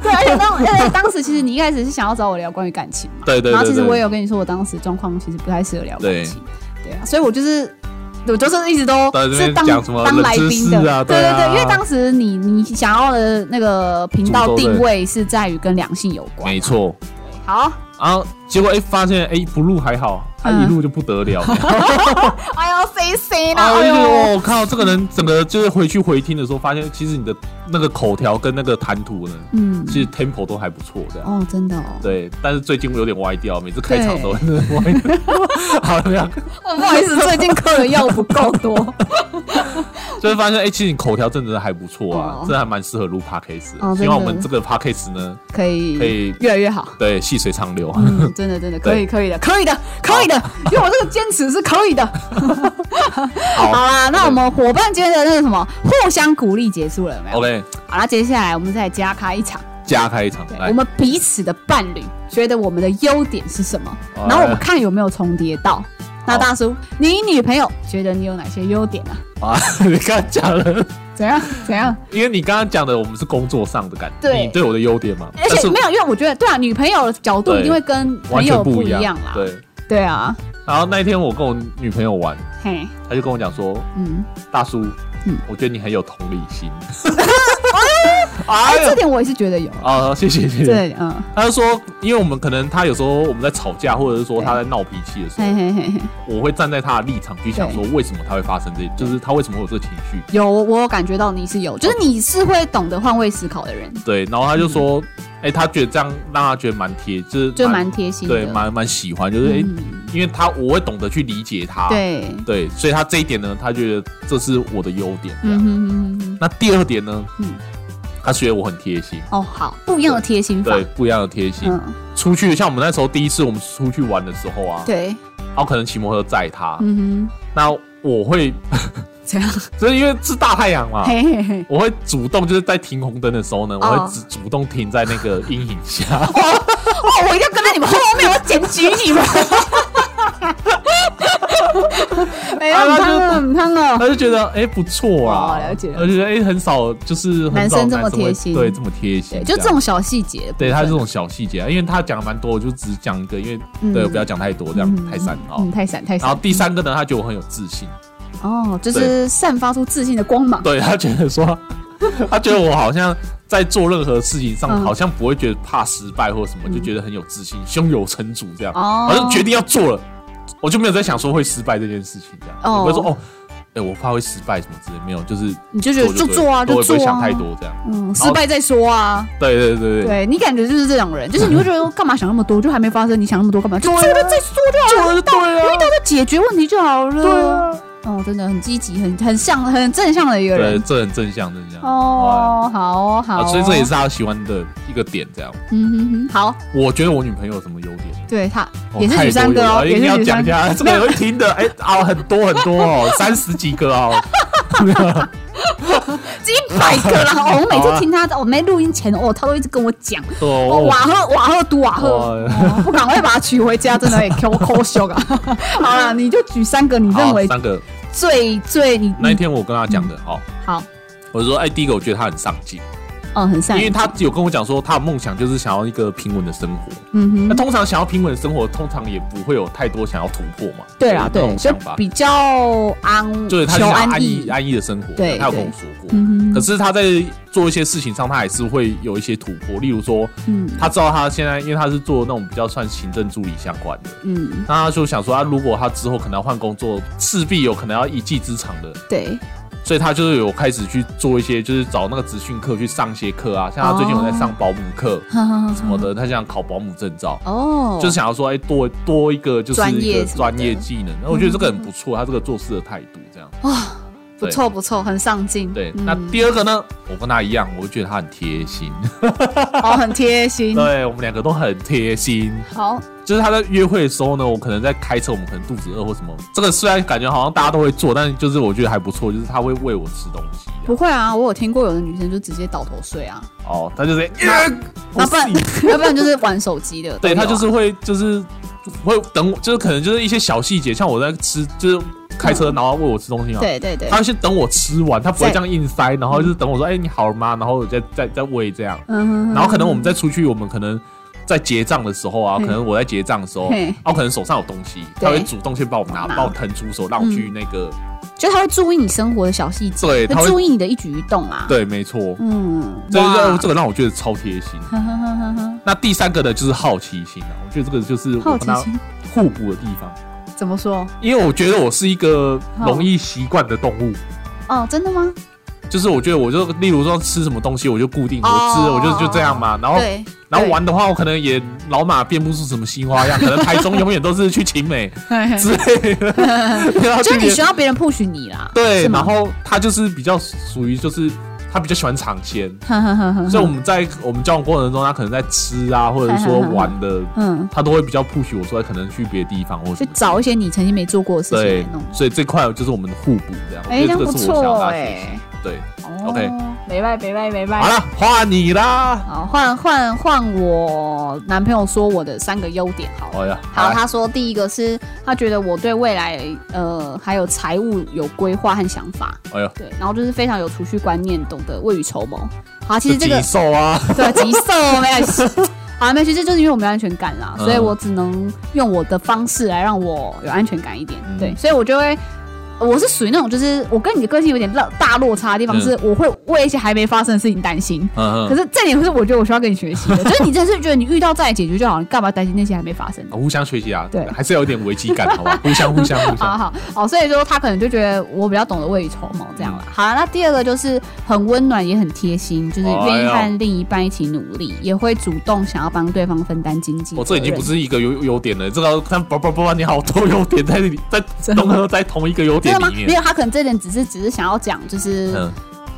Speaker 1: 对，而且当而且当时其实你一开始是想要找我聊关于感情嘛，
Speaker 2: 对对对
Speaker 1: 然后其实
Speaker 2: 对
Speaker 1: 我也有跟你说，我当时状况其实不太适合聊感
Speaker 2: 对
Speaker 1: 情，对啊，所以我就是。我就是一直都
Speaker 2: 对这边
Speaker 1: 是当
Speaker 2: 讲什么
Speaker 1: 当来宾
Speaker 2: 冷知识
Speaker 1: 的，
Speaker 2: 啊
Speaker 1: 对
Speaker 2: 对啊
Speaker 1: 对，因为当时你你想要的那个频道
Speaker 2: 主轴的
Speaker 1: 定位是在于跟两性有关
Speaker 2: 没，错。
Speaker 1: 好，
Speaker 2: 然后结果哎、发现哎、不录还好，他
Speaker 1: 嗯
Speaker 2: 一录就不得 了。
Speaker 1: 哎呦，谁谁呢？
Speaker 2: 哎
Speaker 1: 哎呦，
Speaker 2: 呦，我靠，这个人整个就是回去回听的时候，发现其实你的那个口条跟那个谈吐呢，
Speaker 1: 嗯，
Speaker 2: 其实 tempo 都还不错的。
Speaker 1: 哦，真的哦，
Speaker 2: 对，但是最近我有点歪掉，每次开场都会歪掉。 好了，这样
Speaker 1: 哦，不好意思，最近客人要不够 多。
Speaker 2: 就是发现哎、其实你口条真的还不错啊，
Speaker 1: 哦
Speaker 2: 真的还蛮适合录 podcast 的。
Speaker 1: 哦真的
Speaker 2: 希望我们这个 podcast 呢，
Speaker 1: 可以，
Speaker 2: 可以
Speaker 1: 越来越好。
Speaker 2: 对细水 长流。
Speaker 1: 嗯，真的真的可以
Speaker 2: 对
Speaker 1: 可以的，可以的可以的，因为我这个坚持是可以的。好
Speaker 2: 好
Speaker 1: 啦，那我们伙伴间的那个什么互相鼓励结束了没有？
Speaker 2: ，OK，
Speaker 1: 好啦，接下来我们再加开一场，
Speaker 2: 加开场
Speaker 1: 对
Speaker 2: 来
Speaker 1: 我。们彼此的伴侣觉得我们的优点是什么，
Speaker 2: 好
Speaker 1: 然后我们
Speaker 2: 来
Speaker 1: 看有没有重叠到。那
Speaker 2: 好
Speaker 1: 大叔，你女朋友觉得你有哪些优点啊？
Speaker 2: 啊，你刚才讲了。
Speaker 1: 怎 样怎样？
Speaker 2: 因为你刚刚讲的，我们是工作上的感，
Speaker 1: 对
Speaker 2: 你对我的优点嘛，
Speaker 1: 而
Speaker 2: 但
Speaker 1: 且
Speaker 2: 是
Speaker 1: 没有，因为我觉得对啊，女朋友的角度
Speaker 2: 对
Speaker 1: 一定会跟朋
Speaker 2: 完全
Speaker 1: 友不
Speaker 2: 一
Speaker 1: 一样啦。
Speaker 2: 对，
Speaker 1: 对啊，
Speaker 2: 然后那一天我跟我女朋友玩，
Speaker 1: 嘿，
Speaker 2: 她就跟我讲说
Speaker 1: 嗯，：“
Speaker 2: 大叔，
Speaker 1: 嗯
Speaker 2: 我觉得你很有同理 心。”哎
Speaker 1: 这
Speaker 2: 呦，
Speaker 1: 点我也是觉得有，
Speaker 2: 啊，谢谢谢
Speaker 1: 这
Speaker 2: 谢。
Speaker 1: 点嗯，
Speaker 2: 她就说，因为我们可能她有时候我们在吵架，或者是说
Speaker 1: 对
Speaker 2: 她在闹脾气的时
Speaker 1: 嘿
Speaker 2: 候，
Speaker 1: 嘿嘿嘿，
Speaker 2: 我会站在她的立场去想说，为什么她会发生这，就是她为什么会有这个情绪。
Speaker 1: 有我有感觉到你是有，就是你是会懂得换位思考的人，
Speaker 2: 对，然后她就说：“哎，她觉得这样让她觉得蛮贴，就是
Speaker 1: 嗯就蛮贴心的，
Speaker 2: 对，蛮蛮喜欢，就是哎，
Speaker 1: 嗯
Speaker 2: 因为他我会懂得去理解他，
Speaker 1: 对，
Speaker 2: 对所以他这一点呢，他觉得这是我的优点。这
Speaker 1: 嗯
Speaker 2: 样。
Speaker 1: 哼嗯哼，
Speaker 2: 那第二点呢，
Speaker 1: 嗯
Speaker 2: 他觉得我很贴心，
Speaker 1: 哦，好，不一样的贴心法
Speaker 2: 对，，不一样的贴心。
Speaker 1: 嗯，
Speaker 2: 出去像我们那时候第一次我们出去玩的时候啊，
Speaker 1: 对，
Speaker 2: 然后可能骑摩托车载他，
Speaker 1: 嗯哼，
Speaker 2: 那 我会，
Speaker 1: 这样，
Speaker 2: 就是因为是大太阳嘛。
Speaker 1: 嘿嘿嘿，
Speaker 2: 我会主动就是在停红灯的时候呢，我
Speaker 1: 哦
Speaker 2: 会只主动停在那个阴影下。
Speaker 1: 哦，我一定要跟在你们后面，我检举你们。哎呀，很烫了，很啊烫了。
Speaker 2: 他啊就觉得哎、不错啊，
Speaker 1: 哦了解了
Speaker 2: 我觉得哎、很少就是很
Speaker 1: 男
Speaker 2: 少
Speaker 1: 生这么
Speaker 2: 会
Speaker 1: 贴心
Speaker 2: 对，这么贴心
Speaker 1: 对，
Speaker 2: 样，
Speaker 1: 就这种小细节嗯的部分。
Speaker 2: 对他这种小细节啊，因为他讲的蛮多，我就只讲一个，因为、
Speaker 1: 嗯
Speaker 2: 对我不要讲太多，这样、
Speaker 1: 嗯
Speaker 2: 太散了哦。
Speaker 1: 嗯，太闪太
Speaker 2: 然后
Speaker 1: 闪。
Speaker 2: 第三个呢，他觉得我很有自信，
Speaker 1: 哦，就是散发出自信的光芒。
Speaker 2: 对他觉得说，他觉得我好像在做任何事情上，
Speaker 1: 嗯
Speaker 2: 好像不会觉得怕失败或什么，
Speaker 1: 嗯
Speaker 2: 就觉得很有自信，胸有成竹这样，
Speaker 1: 哦
Speaker 2: 好像决定要做了，我就没有在想说会失败这件事情这样，
Speaker 1: 哦
Speaker 2: 我不会说哦，哎、我怕会失败什么之类，没有，就是
Speaker 1: 你就觉得就
Speaker 2: 对
Speaker 1: 做啊，
Speaker 2: 都
Speaker 1: 就
Speaker 2: 会不会
Speaker 1: 做
Speaker 2: 想
Speaker 1: 啊
Speaker 2: 太。多这样。
Speaker 1: 嗯，
Speaker 2: 后
Speaker 1: 失败再说啊。
Speaker 2: 对对对对，
Speaker 1: 对你感觉就是这种人，就是你会觉得干嘛想那么多，就还没发生，你想那么多干嘛？就做了再说就好了，
Speaker 2: 就对
Speaker 1: 因为
Speaker 2: 啊，
Speaker 1: 大家解决问题就好了。
Speaker 2: 对啊，
Speaker 1: 哦，真的很积极，很很像，很正向的一个
Speaker 2: 对，
Speaker 1: 人。
Speaker 2: 这很正向，正向。
Speaker 1: 哦，好哦
Speaker 2: 哎
Speaker 1: 好
Speaker 2: 啊，
Speaker 1: 哦，
Speaker 2: 所以这也是他喜欢的一个点，这样。
Speaker 1: 嗯哼哼，好，
Speaker 2: 我觉得我女朋友有什么优点？
Speaker 1: 对他
Speaker 2: 哦
Speaker 1: 也是女生哥
Speaker 2: 太
Speaker 1: 哦，
Speaker 2: 多有了一
Speaker 1: 也
Speaker 2: 定
Speaker 1: 是
Speaker 2: 要
Speaker 1: 女
Speaker 2: 讲
Speaker 1: 生
Speaker 2: 一下，这个有一 听的，哎啊，很多很多哦，三十几个哦，
Speaker 1: 一百个 啦！哦，我每
Speaker 2: 好啊
Speaker 1: 次听他，我没录音前，哦，他都一直跟我讲，
Speaker 2: 对
Speaker 1: 哦，
Speaker 2: 哦
Speaker 1: 瓦，赫瓦赫都瓦赫，
Speaker 2: 哦
Speaker 1: 哦不赶快把他娶回家，真 的也哎抠抠笑啊！好啦，你就举三个你认
Speaker 2: 好
Speaker 1: 为嗯
Speaker 2: 三个。
Speaker 1: 最最你
Speaker 2: 那一天我跟他讲的，哦，
Speaker 1: 好，
Speaker 2: 我说，哎，第一个我觉得他很上进，
Speaker 1: 哦，很
Speaker 2: 因
Speaker 1: 善
Speaker 2: 为
Speaker 1: 良，
Speaker 2: 他有跟我讲说，他的梦想就是想要一个平稳的生活。
Speaker 1: 嗯
Speaker 2: 那
Speaker 1: 哼，
Speaker 2: 通常想要平稳的生活，通常也不会有太多想要突破嘛。
Speaker 1: 对啦，
Speaker 2: 这
Speaker 1: 对，
Speaker 2: 种
Speaker 1: 就
Speaker 2: 想法。
Speaker 1: 比较安，
Speaker 2: 就是他
Speaker 1: 求
Speaker 2: 想要
Speaker 1: 安
Speaker 2: 安逸安逸的生活，
Speaker 1: 对
Speaker 2: 他有跟
Speaker 1: 对
Speaker 2: 我说过。
Speaker 1: 嗯
Speaker 2: 可
Speaker 1: 哼，
Speaker 2: 是他在做一些事情上，他还是会有一些突破，例如说，
Speaker 1: 嗯
Speaker 2: 他知道他现在因为他是做那种比较算行政助理相关的，
Speaker 1: 嗯，
Speaker 2: 那他就想说，他啊如果他之后可能要换工作，势必有可能要一技之长的，
Speaker 1: 对，
Speaker 2: 所以他就是有开始去做一些，就是找那个职训课去上一些课啊，像他最近有在上保姆课
Speaker 1: 哈哈哈
Speaker 2: 什么的，他想考保姆证照。
Speaker 1: 哦，
Speaker 2: 就是想要说，哎、多多一个就是
Speaker 1: 专
Speaker 2: 一
Speaker 1: 业
Speaker 2: 个
Speaker 1: 什么
Speaker 2: 专业
Speaker 1: 的
Speaker 2: 技能，那我觉得这个很不错，他这个做事的态度这样。
Speaker 1: 啊，不错不错，很上进，
Speaker 2: 对，
Speaker 1: 嗯
Speaker 2: 那第二个呢，我跟他一样，我觉得他很贴心。
Speaker 1: 哦，很贴心，
Speaker 2: 对我们两个都很贴心，
Speaker 1: 好，
Speaker 2: 就是他在约会的时候呢，我可能在开车，我们可能肚子饿或什么，这个虽然感觉好像大家都会做，但是就是我觉得还不错，就是他会喂我吃东西。
Speaker 1: 不会啊，我有听过有的女生就直接倒头睡啊，
Speaker 2: 哦，他 就是，呃
Speaker 1: 那不然
Speaker 2: 不是
Speaker 1: 要不然就是玩手机的，都有
Speaker 2: 对他
Speaker 1: 啊
Speaker 2: 就是会就是会等我，就是可能就是一些小细节，像我在吃，就是开车然后喂我吃东西嘛。。
Speaker 1: 对对对，
Speaker 2: 他先等我吃完，他不会
Speaker 1: 对
Speaker 2: 这样硬塞，然后就是等我说，哎、你好了吗？然后我再再再喂这样。
Speaker 1: 嗯哼哼
Speaker 2: 然后可能我们再出去，我们可能在结账的时候啊，
Speaker 1: 嘿
Speaker 2: 可能我在结账的时候，
Speaker 1: 嘿
Speaker 2: 然后可能手上有东西，
Speaker 1: 对嗯
Speaker 2: 他会主动先帮我拿，
Speaker 1: 拿
Speaker 2: 帮我腾出手，让我去那个，
Speaker 1: 就他会注意你生活的小细节，
Speaker 2: 对，他
Speaker 1: 会
Speaker 2: 会，
Speaker 1: 注意你的一举一动啊。，
Speaker 2: 对，没错，
Speaker 1: 嗯，
Speaker 2: 这
Speaker 1: 哇
Speaker 2: 这这个让我觉得超贴心。
Speaker 1: 呵呵呵呵呵
Speaker 2: 那第三个呢，就是好奇心啊，我觉得这个就是我
Speaker 1: 好
Speaker 2: 跟
Speaker 1: 奇
Speaker 2: 他
Speaker 1: 心
Speaker 2: 互补的地方，
Speaker 1: 怎么说？
Speaker 2: 因为我觉得我是一个
Speaker 1: 好
Speaker 2: 容易习惯的动物。
Speaker 1: 哦，真的吗？
Speaker 2: 就是我觉得，我就例如说吃什么东西，我就固定我
Speaker 1: 哦
Speaker 2: 吃，我就就这样嘛。然后，
Speaker 1: 对，
Speaker 2: 然后
Speaker 1: 对
Speaker 2: 玩的话，我可能也老马变不出什么新花样，可能台 中永远都是去秦美，
Speaker 1: 嘿嘿
Speaker 2: 之类的，然后
Speaker 1: 就是你
Speaker 2: 别
Speaker 1: 需要别人 push 你啦。
Speaker 2: 对，
Speaker 1: 是吗
Speaker 2: 然后他就是比较属于就是他比较喜欢尝鲜，
Speaker 1: 呵呵呵呵
Speaker 2: 所以我们在我们交往过程中，他可能在吃啊，或者说玩的，
Speaker 1: 嗯，
Speaker 2: 他都会比较 push 我说可能去别的地方或者
Speaker 1: 去找一些你曾经没做过的事情
Speaker 2: 对
Speaker 1: 来弄。，
Speaker 2: 所以这块就是我们的互补这样，
Speaker 1: 哎，这
Speaker 2: 我觉
Speaker 1: 样
Speaker 2: 得
Speaker 1: 不
Speaker 2: 这个是我想要
Speaker 1: 错
Speaker 2: 大学习
Speaker 1: 哎。。
Speaker 2: 对，
Speaker 1: 哦
Speaker 2: OK
Speaker 1: 没拜没拜没
Speaker 2: 好
Speaker 1: 拜。
Speaker 2: 了，换你啦。
Speaker 1: 好，换换换我男朋友说我的三个优点好了。
Speaker 2: 哎呀，
Speaker 1: 好，
Speaker 2: 来
Speaker 1: 他说第一个是他觉得我对未来呃还有财务有规划和想法，
Speaker 2: 哎呀，
Speaker 1: 对，然后就是非常有储蓄观念，懂得未雨绸缪。好，其实这
Speaker 2: 是
Speaker 1: 个
Speaker 2: 极 瘦啊，
Speaker 1: 对 急售没有。好，没有，其实就是因为我没有安全感啦，
Speaker 2: 嗯
Speaker 1: 所以我只能用我的方式来让我有安全感一点。
Speaker 2: 嗯
Speaker 1: 对，所以我就会我是属于那种，就是我跟你的个性有点落大落差的地方，
Speaker 2: 嗯
Speaker 1: 是我会为一些还没发生的事情担心。
Speaker 2: 嗯
Speaker 1: 可
Speaker 2: 嗯，
Speaker 1: 是这点是我觉得我需要跟你学习的，就是你真的是觉得你遇到再来解决就好，你干嘛担心那些还没发生的？
Speaker 2: 互相学习啊，
Speaker 1: 对
Speaker 2: 还是要有点危机感，好吧？互相互相互
Speaker 1: 好
Speaker 2: 相，
Speaker 1: 好好，所以说他可能就觉得我比较懂得未雨绸缪这样了。好啦，那第二个就是很温暖，也很贴心，就是愿意
Speaker 2: 哎呦
Speaker 1: 和另一半一起努力，也会主动想要帮对方分担经济责任。
Speaker 2: 我哦这已经不是一个优优点了，这个看叭叭叭，你好多优点在里，在
Speaker 1: 真的
Speaker 2: 综合在同一个优
Speaker 1: 真
Speaker 2: 点
Speaker 1: 的吗？
Speaker 2: 里
Speaker 1: 没
Speaker 2: 面。
Speaker 1: 有，他可能这点只是只是想要讲，就是
Speaker 2: 嗯，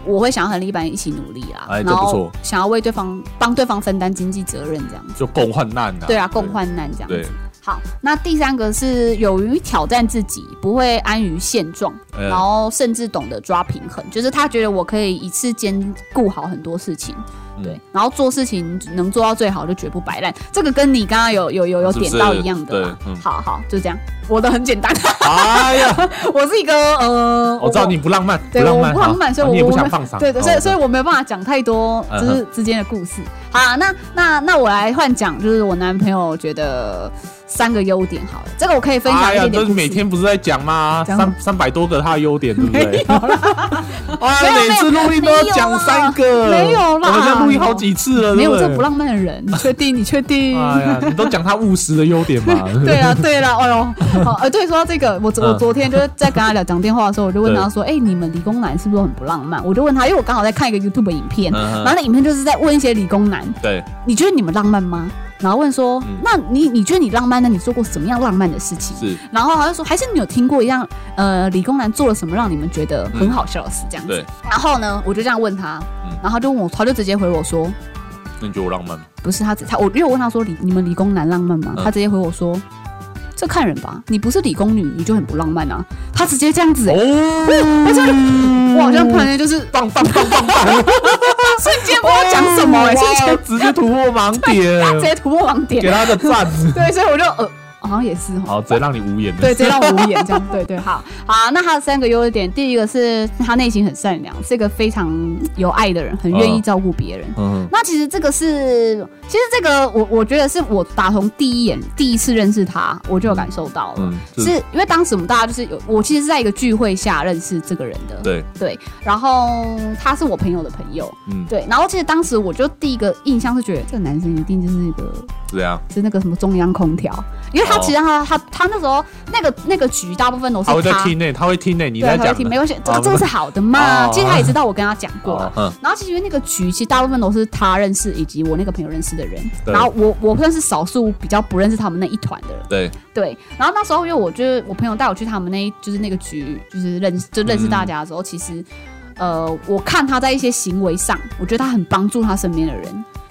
Speaker 1: 我会想要和另一半一起努力啦，
Speaker 2: 哎这
Speaker 1: 然
Speaker 2: 不
Speaker 1: 后
Speaker 2: 错
Speaker 1: 想要为对方帮对方分担经济责任这样子。
Speaker 2: 就共患难啊。
Speaker 1: 对啊，共患难这样
Speaker 2: 对
Speaker 1: 子。，好，那第三个是勇于挑战自己，不会安于现状，
Speaker 2: 嗯
Speaker 1: 然后甚至懂得抓平衡，就是他觉得我可以一次兼顾好很多事情，
Speaker 2: 嗯
Speaker 1: 对，然后做事情能做到最好就绝不摆烂，这个跟你刚刚有有有有
Speaker 2: 是不
Speaker 1: 点
Speaker 2: 是
Speaker 1: 到一样的啦。
Speaker 2: 对嗯
Speaker 1: 好好，就这样，我的很简单，
Speaker 2: 哎呀，
Speaker 1: 我是一个呃，
Speaker 2: 我知道你不浪漫，
Speaker 1: 对
Speaker 2: 浪漫，
Speaker 1: 我不浪漫
Speaker 2: 好
Speaker 1: 所以
Speaker 2: 啊
Speaker 1: 我
Speaker 2: 你也不
Speaker 1: 我
Speaker 2: 想放闪。
Speaker 1: 对的，所以所以
Speaker 2: 以
Speaker 1: 我没有办法讲太多，
Speaker 2: 哦嗯
Speaker 1: 就
Speaker 2: 哼
Speaker 1: 是之间的故事。好啦，那那那我来换讲，就是我男朋友觉得三个优点好了，这个我可以分享
Speaker 2: 哎
Speaker 1: 一
Speaker 2: 呀，
Speaker 1: 点
Speaker 2: 这
Speaker 1: 点
Speaker 2: 是
Speaker 1: 故
Speaker 2: 每
Speaker 1: 事。
Speaker 2: 天不是在讲吗？
Speaker 1: 讲
Speaker 2: 三三百多个他的优点，对不对？
Speaker 1: 没有
Speaker 2: 哎，
Speaker 1: 没有
Speaker 2: 每次录音都要讲三个，
Speaker 1: 没有啦
Speaker 2: 我们在录音好几次了，
Speaker 1: 没
Speaker 2: 对
Speaker 1: 有
Speaker 2: 对
Speaker 1: 这不。浪漫的人，你确定？你确定？
Speaker 2: 哎呀，你都讲他务实的优点 嘛？
Speaker 1: 对啊，对啦，哎呦，好，呃，对，说到这个，我昨我
Speaker 2: 嗯
Speaker 1: 昨天就是在跟他聊讲电话的时候，我就问他说，哎，你们理工男是不是都很不浪漫？我就问他，因为我刚好在看一个 YouTube 影片，
Speaker 2: 嗯
Speaker 1: 然后那影片就是在问一些理工男，
Speaker 2: 对，
Speaker 1: 你觉得你们浪漫吗？然后问说，
Speaker 2: 嗯
Speaker 1: 那你你觉得你浪漫？那你做过什么样浪漫的事情？
Speaker 2: 是，
Speaker 1: 然后好像说，还是你有听过一样，呃，理工男做了什么让你们觉得很好笑的事这样子
Speaker 2: 对。
Speaker 1: 然后呢，我就这样问他，
Speaker 2: 嗯
Speaker 1: 然后他就问我，他就直接回我说，
Speaker 2: 那你觉得我浪漫吗？
Speaker 1: 不是他只他我因为我问他说理你们理工男浪漫吗？
Speaker 2: 嗯
Speaker 1: 他直接回我说，这看人吧，你不是理工女你就很不浪漫啊。他直接这样子、欸，
Speaker 2: 哦，
Speaker 1: 而且我好像突然间就是
Speaker 2: 棒棒棒棒棒，
Speaker 1: 瞬间不知道讲什么哎、欸，瞬
Speaker 2: 哇
Speaker 1: 间
Speaker 2: 直接突破盲
Speaker 1: 直
Speaker 2: 点，
Speaker 1: 接突破盲
Speaker 2: 给
Speaker 1: 点。
Speaker 2: 他个赞。
Speaker 1: 对，所以我就呃，好像也是哈。
Speaker 2: 哦好，直接让你无言了。
Speaker 1: 对，这让我无言。这样，对对，好好。啊那他的三个优点，第一个是他内心很善良，是个非常有爱的人，很愿意照顾别人。
Speaker 2: 嗯，
Speaker 1: 那其实这个是，其实这个我我觉得是我打从第一眼第一次认识他，我就有感受到了。
Speaker 2: 嗯，
Speaker 1: 是因为当时我们大家就是有，我其实是在一个聚会下认识这个人的，
Speaker 2: 对，
Speaker 1: 对。然后他是我朋友的朋友，
Speaker 2: 嗯，
Speaker 1: 对。然后其实当时我就第一个印象是觉得这个男生一定就是一个
Speaker 2: 这样，
Speaker 1: 是那个什么中央空调，因为他
Speaker 2: 哦
Speaker 1: 其实他、他他那时候那个那个局大部分都是
Speaker 2: 他
Speaker 1: 他，
Speaker 2: 会在听呢，他会听呢，你
Speaker 1: 对，
Speaker 2: 在
Speaker 1: 他会
Speaker 2: 讲
Speaker 1: 听，
Speaker 2: 呢
Speaker 1: 没关系，这个
Speaker 2: 哦
Speaker 1: 这个是好的嘛。
Speaker 2: 哦
Speaker 1: 其实他也知道我跟他讲过了
Speaker 2: 哦。嗯，
Speaker 1: 然后其实那个局其实大部分都是他认识以及我那个朋友认识的人，
Speaker 2: 对
Speaker 1: 然后我我算是少数比较不认识他们那一团的人，
Speaker 2: 对，
Speaker 1: 对。然后那时候因为我就是我朋友带我去他们那一就是那个局，就是认识就认识大家的时候，其实呃我看他在一些行为上，我觉得他很帮助他身边的人。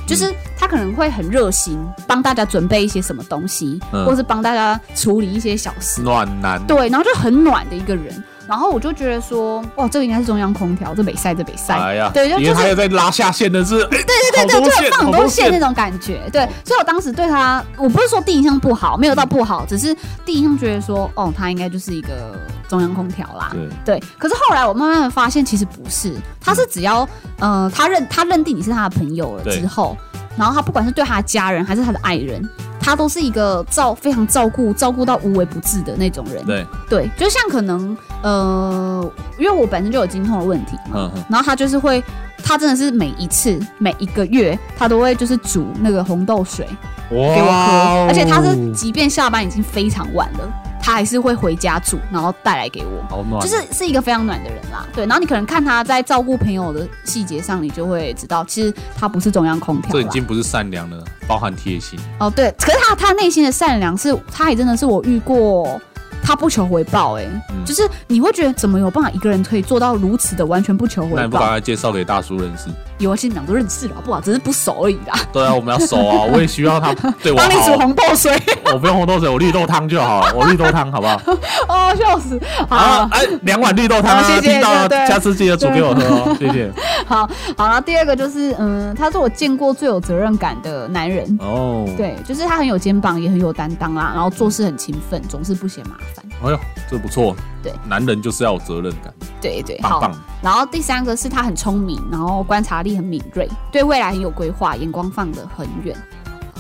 Speaker 1: 就是他可能会很热心，帮大家准备一些什么东西，
Speaker 2: 嗯
Speaker 1: 或是帮大家处理一些小事，
Speaker 2: 暖男，
Speaker 1: 对，然后就很暖的一个人。然后我就觉得说，哇，这个应该是中央空调，这北塞，这北塞，
Speaker 2: 哎呀，
Speaker 1: 对就
Speaker 2: 因为
Speaker 1: 就是
Speaker 2: 他又在拉下线的是，对对
Speaker 1: 对，
Speaker 2: 好
Speaker 1: 就
Speaker 2: 多
Speaker 1: 是
Speaker 2: 线，
Speaker 1: 放
Speaker 2: 好
Speaker 1: 很多
Speaker 2: 多
Speaker 1: 线那，种感觉。对，所以我当时对他，我不是说第一印象不好，没有到不好，只是第一印象觉得说，哦，他应该就是一个中央空调啦。
Speaker 2: 对，
Speaker 1: 对，可是后来我慢慢的发现，其实不是，他是只要，呃，他认他认定你是他的朋友了
Speaker 2: 对
Speaker 1: 之后，然后他不管是对他的家人还是他的爱人，他都是一个照非常照顾，照顾到无微不至的那种人。
Speaker 2: 对，
Speaker 1: 对，就像可能呃，因为我本身就有经痛的问题嘛，
Speaker 2: 嗯嗯
Speaker 1: 然后他就是会，他真的是每一次每一个月，他都会就是煮那个红豆水给我喝，
Speaker 2: 哇，哦
Speaker 1: 而且他是即便下班已经非常晚了，他还是会回家煮，然后带来给我。
Speaker 2: 好暖，
Speaker 1: 就是是一个非常暖的人啦，对。然后你可能看他在照顾朋友的细节上，你就会知道，其实他不是中央空调
Speaker 2: 这已
Speaker 1: 啦。
Speaker 2: 经不是善良了，包含贴心，
Speaker 1: 哦，对。可是他他内心的善良是，他也真的是我遇过，他不求回报、欸，
Speaker 2: 嗯
Speaker 1: 就是你会觉得怎么有办法一个人可以做到如此的完全不求
Speaker 2: 那
Speaker 1: 回
Speaker 2: 你不赶
Speaker 1: 报？
Speaker 2: 快介绍给大叔认识？
Speaker 1: 有啊，现在两都认识了，好不好？只是不熟而已啦。
Speaker 2: 对啊，我们要熟啊，我也需要他对哎我
Speaker 1: 帮你煮
Speaker 2: 好，
Speaker 1: 红豆水，
Speaker 2: 我不用红豆水，我绿豆汤就 好了，我绿豆汤好不好？
Speaker 1: 哦，笑死！好
Speaker 2: 啊，哎，两碗绿豆汤
Speaker 1: 好谢
Speaker 2: 啊，
Speaker 1: 谢
Speaker 2: 听到了
Speaker 1: 对对，
Speaker 2: 下次记得煮给我喝哦，谢 谢。
Speaker 1: 好好了。第二个就是，嗯，他是我见过最有责任感的男人。
Speaker 2: 哦，，
Speaker 1: 对，就是他很有肩膀，也很有担当啦，然后做事很勤奋，总是不嫌麻烦。
Speaker 2: 哎呦，这不错，
Speaker 1: 对，
Speaker 2: 男人就是要有责任感，
Speaker 1: 对对，
Speaker 2: 棒
Speaker 1: 好。
Speaker 2: 棒。
Speaker 1: 然后第三个是他很聪明，然后观察力很敏锐，对未来很有规划，眼光放得很远，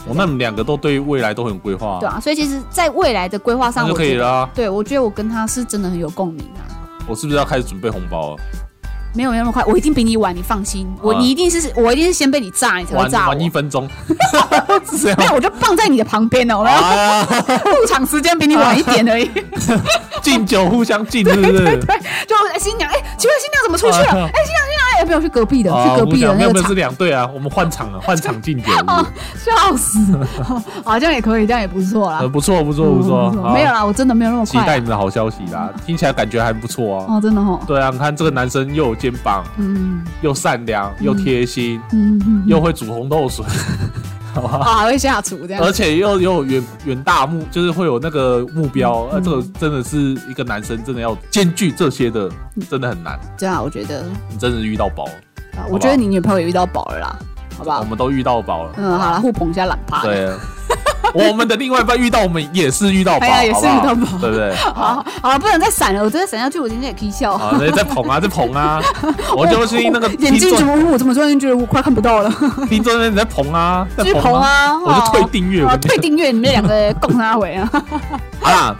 Speaker 2: 我那你们两个都对未来都很有规划，
Speaker 1: 对啊。所以其实，在未来的规划
Speaker 2: 那
Speaker 1: 啊上，
Speaker 2: 就
Speaker 1: 我
Speaker 2: 可以
Speaker 1: 觉得
Speaker 2: 了啊。
Speaker 1: 对，我觉得我跟他是真的很有共鸣啊。
Speaker 2: 我是不是要开始准备红包了？
Speaker 1: 没有没有那么快，我一定比你晚，你放心，我
Speaker 2: 啊
Speaker 1: 你一定是我一定是先被你炸，你才会
Speaker 2: 晚
Speaker 1: 炸我
Speaker 2: 晚。一分钟， 是这样
Speaker 1: 没有，我就放在你的旁边哦，然后
Speaker 2: 啊？
Speaker 1: 入场时间比你晚一点而已。
Speaker 2: 敬酒互相敬，是不是？
Speaker 1: 对， 就哎新娘，哎，奇怪新娘怎么出去了？哎，新
Speaker 2: 啊
Speaker 1: 娘新娘，哎，没有，是隔壁的，
Speaker 2: 啊
Speaker 1: 是隔
Speaker 2: 我们
Speaker 1: 壁的
Speaker 2: 讲没
Speaker 1: 那
Speaker 2: 有，没
Speaker 1: 个
Speaker 2: 有
Speaker 1: 场
Speaker 2: 是，两队啊，我们换场了，换场敬 酒，是不
Speaker 1: 哦
Speaker 2: 是
Speaker 1: 笑死， 啊，这样也可以，这样也不错啦嗯
Speaker 2: 呃，。不错，不错，不错，好
Speaker 1: 没有啦，我真的没有那么
Speaker 2: 期
Speaker 1: 快
Speaker 2: 待
Speaker 1: 啦。
Speaker 2: 你的好消息啦，听起来感觉还不错啊。
Speaker 1: 哦，真的哦，
Speaker 2: 对啊，你看这个男生又有肩膀，
Speaker 1: 嗯
Speaker 2: 又善良，又贴心，
Speaker 1: 嗯嗯，
Speaker 2: 又会煮红豆水， 好吧？
Speaker 1: 啊，会下厨这样
Speaker 2: 而。且又又有远远大目，就是会有那个目
Speaker 1: 嗯
Speaker 2: 标。呃，这个真的是一个男生真的要兼具这些的，
Speaker 1: 嗯
Speaker 2: 真的很难。
Speaker 1: 这样我觉得，
Speaker 2: 你真的是遇到宝了，
Speaker 1: 啊
Speaker 2: 好不
Speaker 1: 我
Speaker 2: 好
Speaker 1: 觉得你女朋友也遇到宝了啦，好不
Speaker 2: 我
Speaker 1: 好？
Speaker 2: 们都遇到宝了。
Speaker 1: 嗯，好了，互捧一下懒趴。
Speaker 2: 对，啊 我们的另外一半遇到我们也是遇到宝，
Speaker 1: 哎呀也是
Speaker 2: 好不
Speaker 1: 遇到宝
Speaker 2: 好
Speaker 1: 哦
Speaker 2: 对不对？
Speaker 1: 好
Speaker 2: 好，
Speaker 1: 好了，不能再闪了，我真的闪下去，我今天也可以笑。哦
Speaker 2: 好，那再捧啊，再捧啊！ 我就是那个
Speaker 1: 眼
Speaker 2: 听
Speaker 1: 睛怎
Speaker 2: 众，
Speaker 1: 么我怎么突然觉得我快看不到了？
Speaker 2: 听众那边在捧啊，在
Speaker 1: 继续捧
Speaker 2: 捧！
Speaker 1: 啊！
Speaker 2: 我就退订阅，我
Speaker 1: 啊，
Speaker 2: 跟你
Speaker 1: 退订阅，你们两个共他回啊！
Speaker 2: 好啦，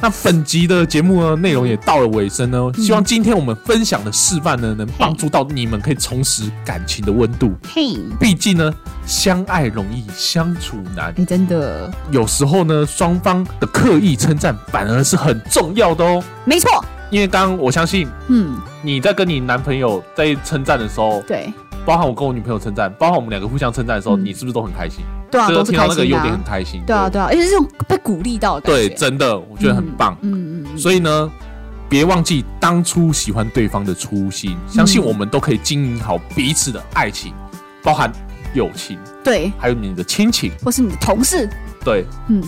Speaker 2: 那本集的节目呢，内容也到了尾声呢。希
Speaker 1: 嗯
Speaker 2: 望今天我们分享的示范呢，能帮助到你们可以重拾感情的温度。
Speaker 1: 嘿，
Speaker 2: 毕竟呢，相爱容易相处难，
Speaker 1: 哎，真的，
Speaker 2: 有时候呢，双方的刻意称赞反而是很重要的哦。
Speaker 1: 没错，
Speaker 2: 因为刚刚我相信
Speaker 1: 嗯，
Speaker 2: 你在跟你男朋友在称赞的时候，
Speaker 1: 对，
Speaker 2: 包含我跟我女朋友称赞，包含我们两个互相称赞的时候，
Speaker 1: 嗯
Speaker 2: 你是不是都很开心？
Speaker 1: 对啊，
Speaker 2: 这个
Speaker 1: 都是
Speaker 2: 听
Speaker 1: 开
Speaker 2: 到那个
Speaker 1: 心的
Speaker 2: 优点很
Speaker 1: 啊，
Speaker 2: 开心。
Speaker 1: 对啊，对啊啊，而且是这种被鼓励到的感觉，
Speaker 2: 对，真的，我觉得很棒。
Speaker 1: 嗯，嗯嗯，
Speaker 2: 所以呢，别忘记当初喜欢对方的初心，相信我们都可以经营好彼此的爱情，包含友情，
Speaker 1: 对，
Speaker 2: 还有你的亲情。
Speaker 1: 或是你的同事，
Speaker 2: 对，
Speaker 1: 嗯，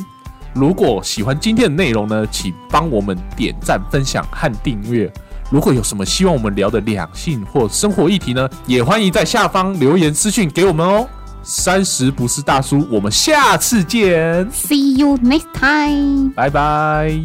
Speaker 2: 如果喜欢今天的内容呢，请帮我们点赞、分享和订阅。如果有什么希望我们聊的两性或生活议题呢，也欢迎在下方留言私讯给我们哦。三十不是大叔，我们下次见，
Speaker 1: See you next time.
Speaker 2: 拜拜。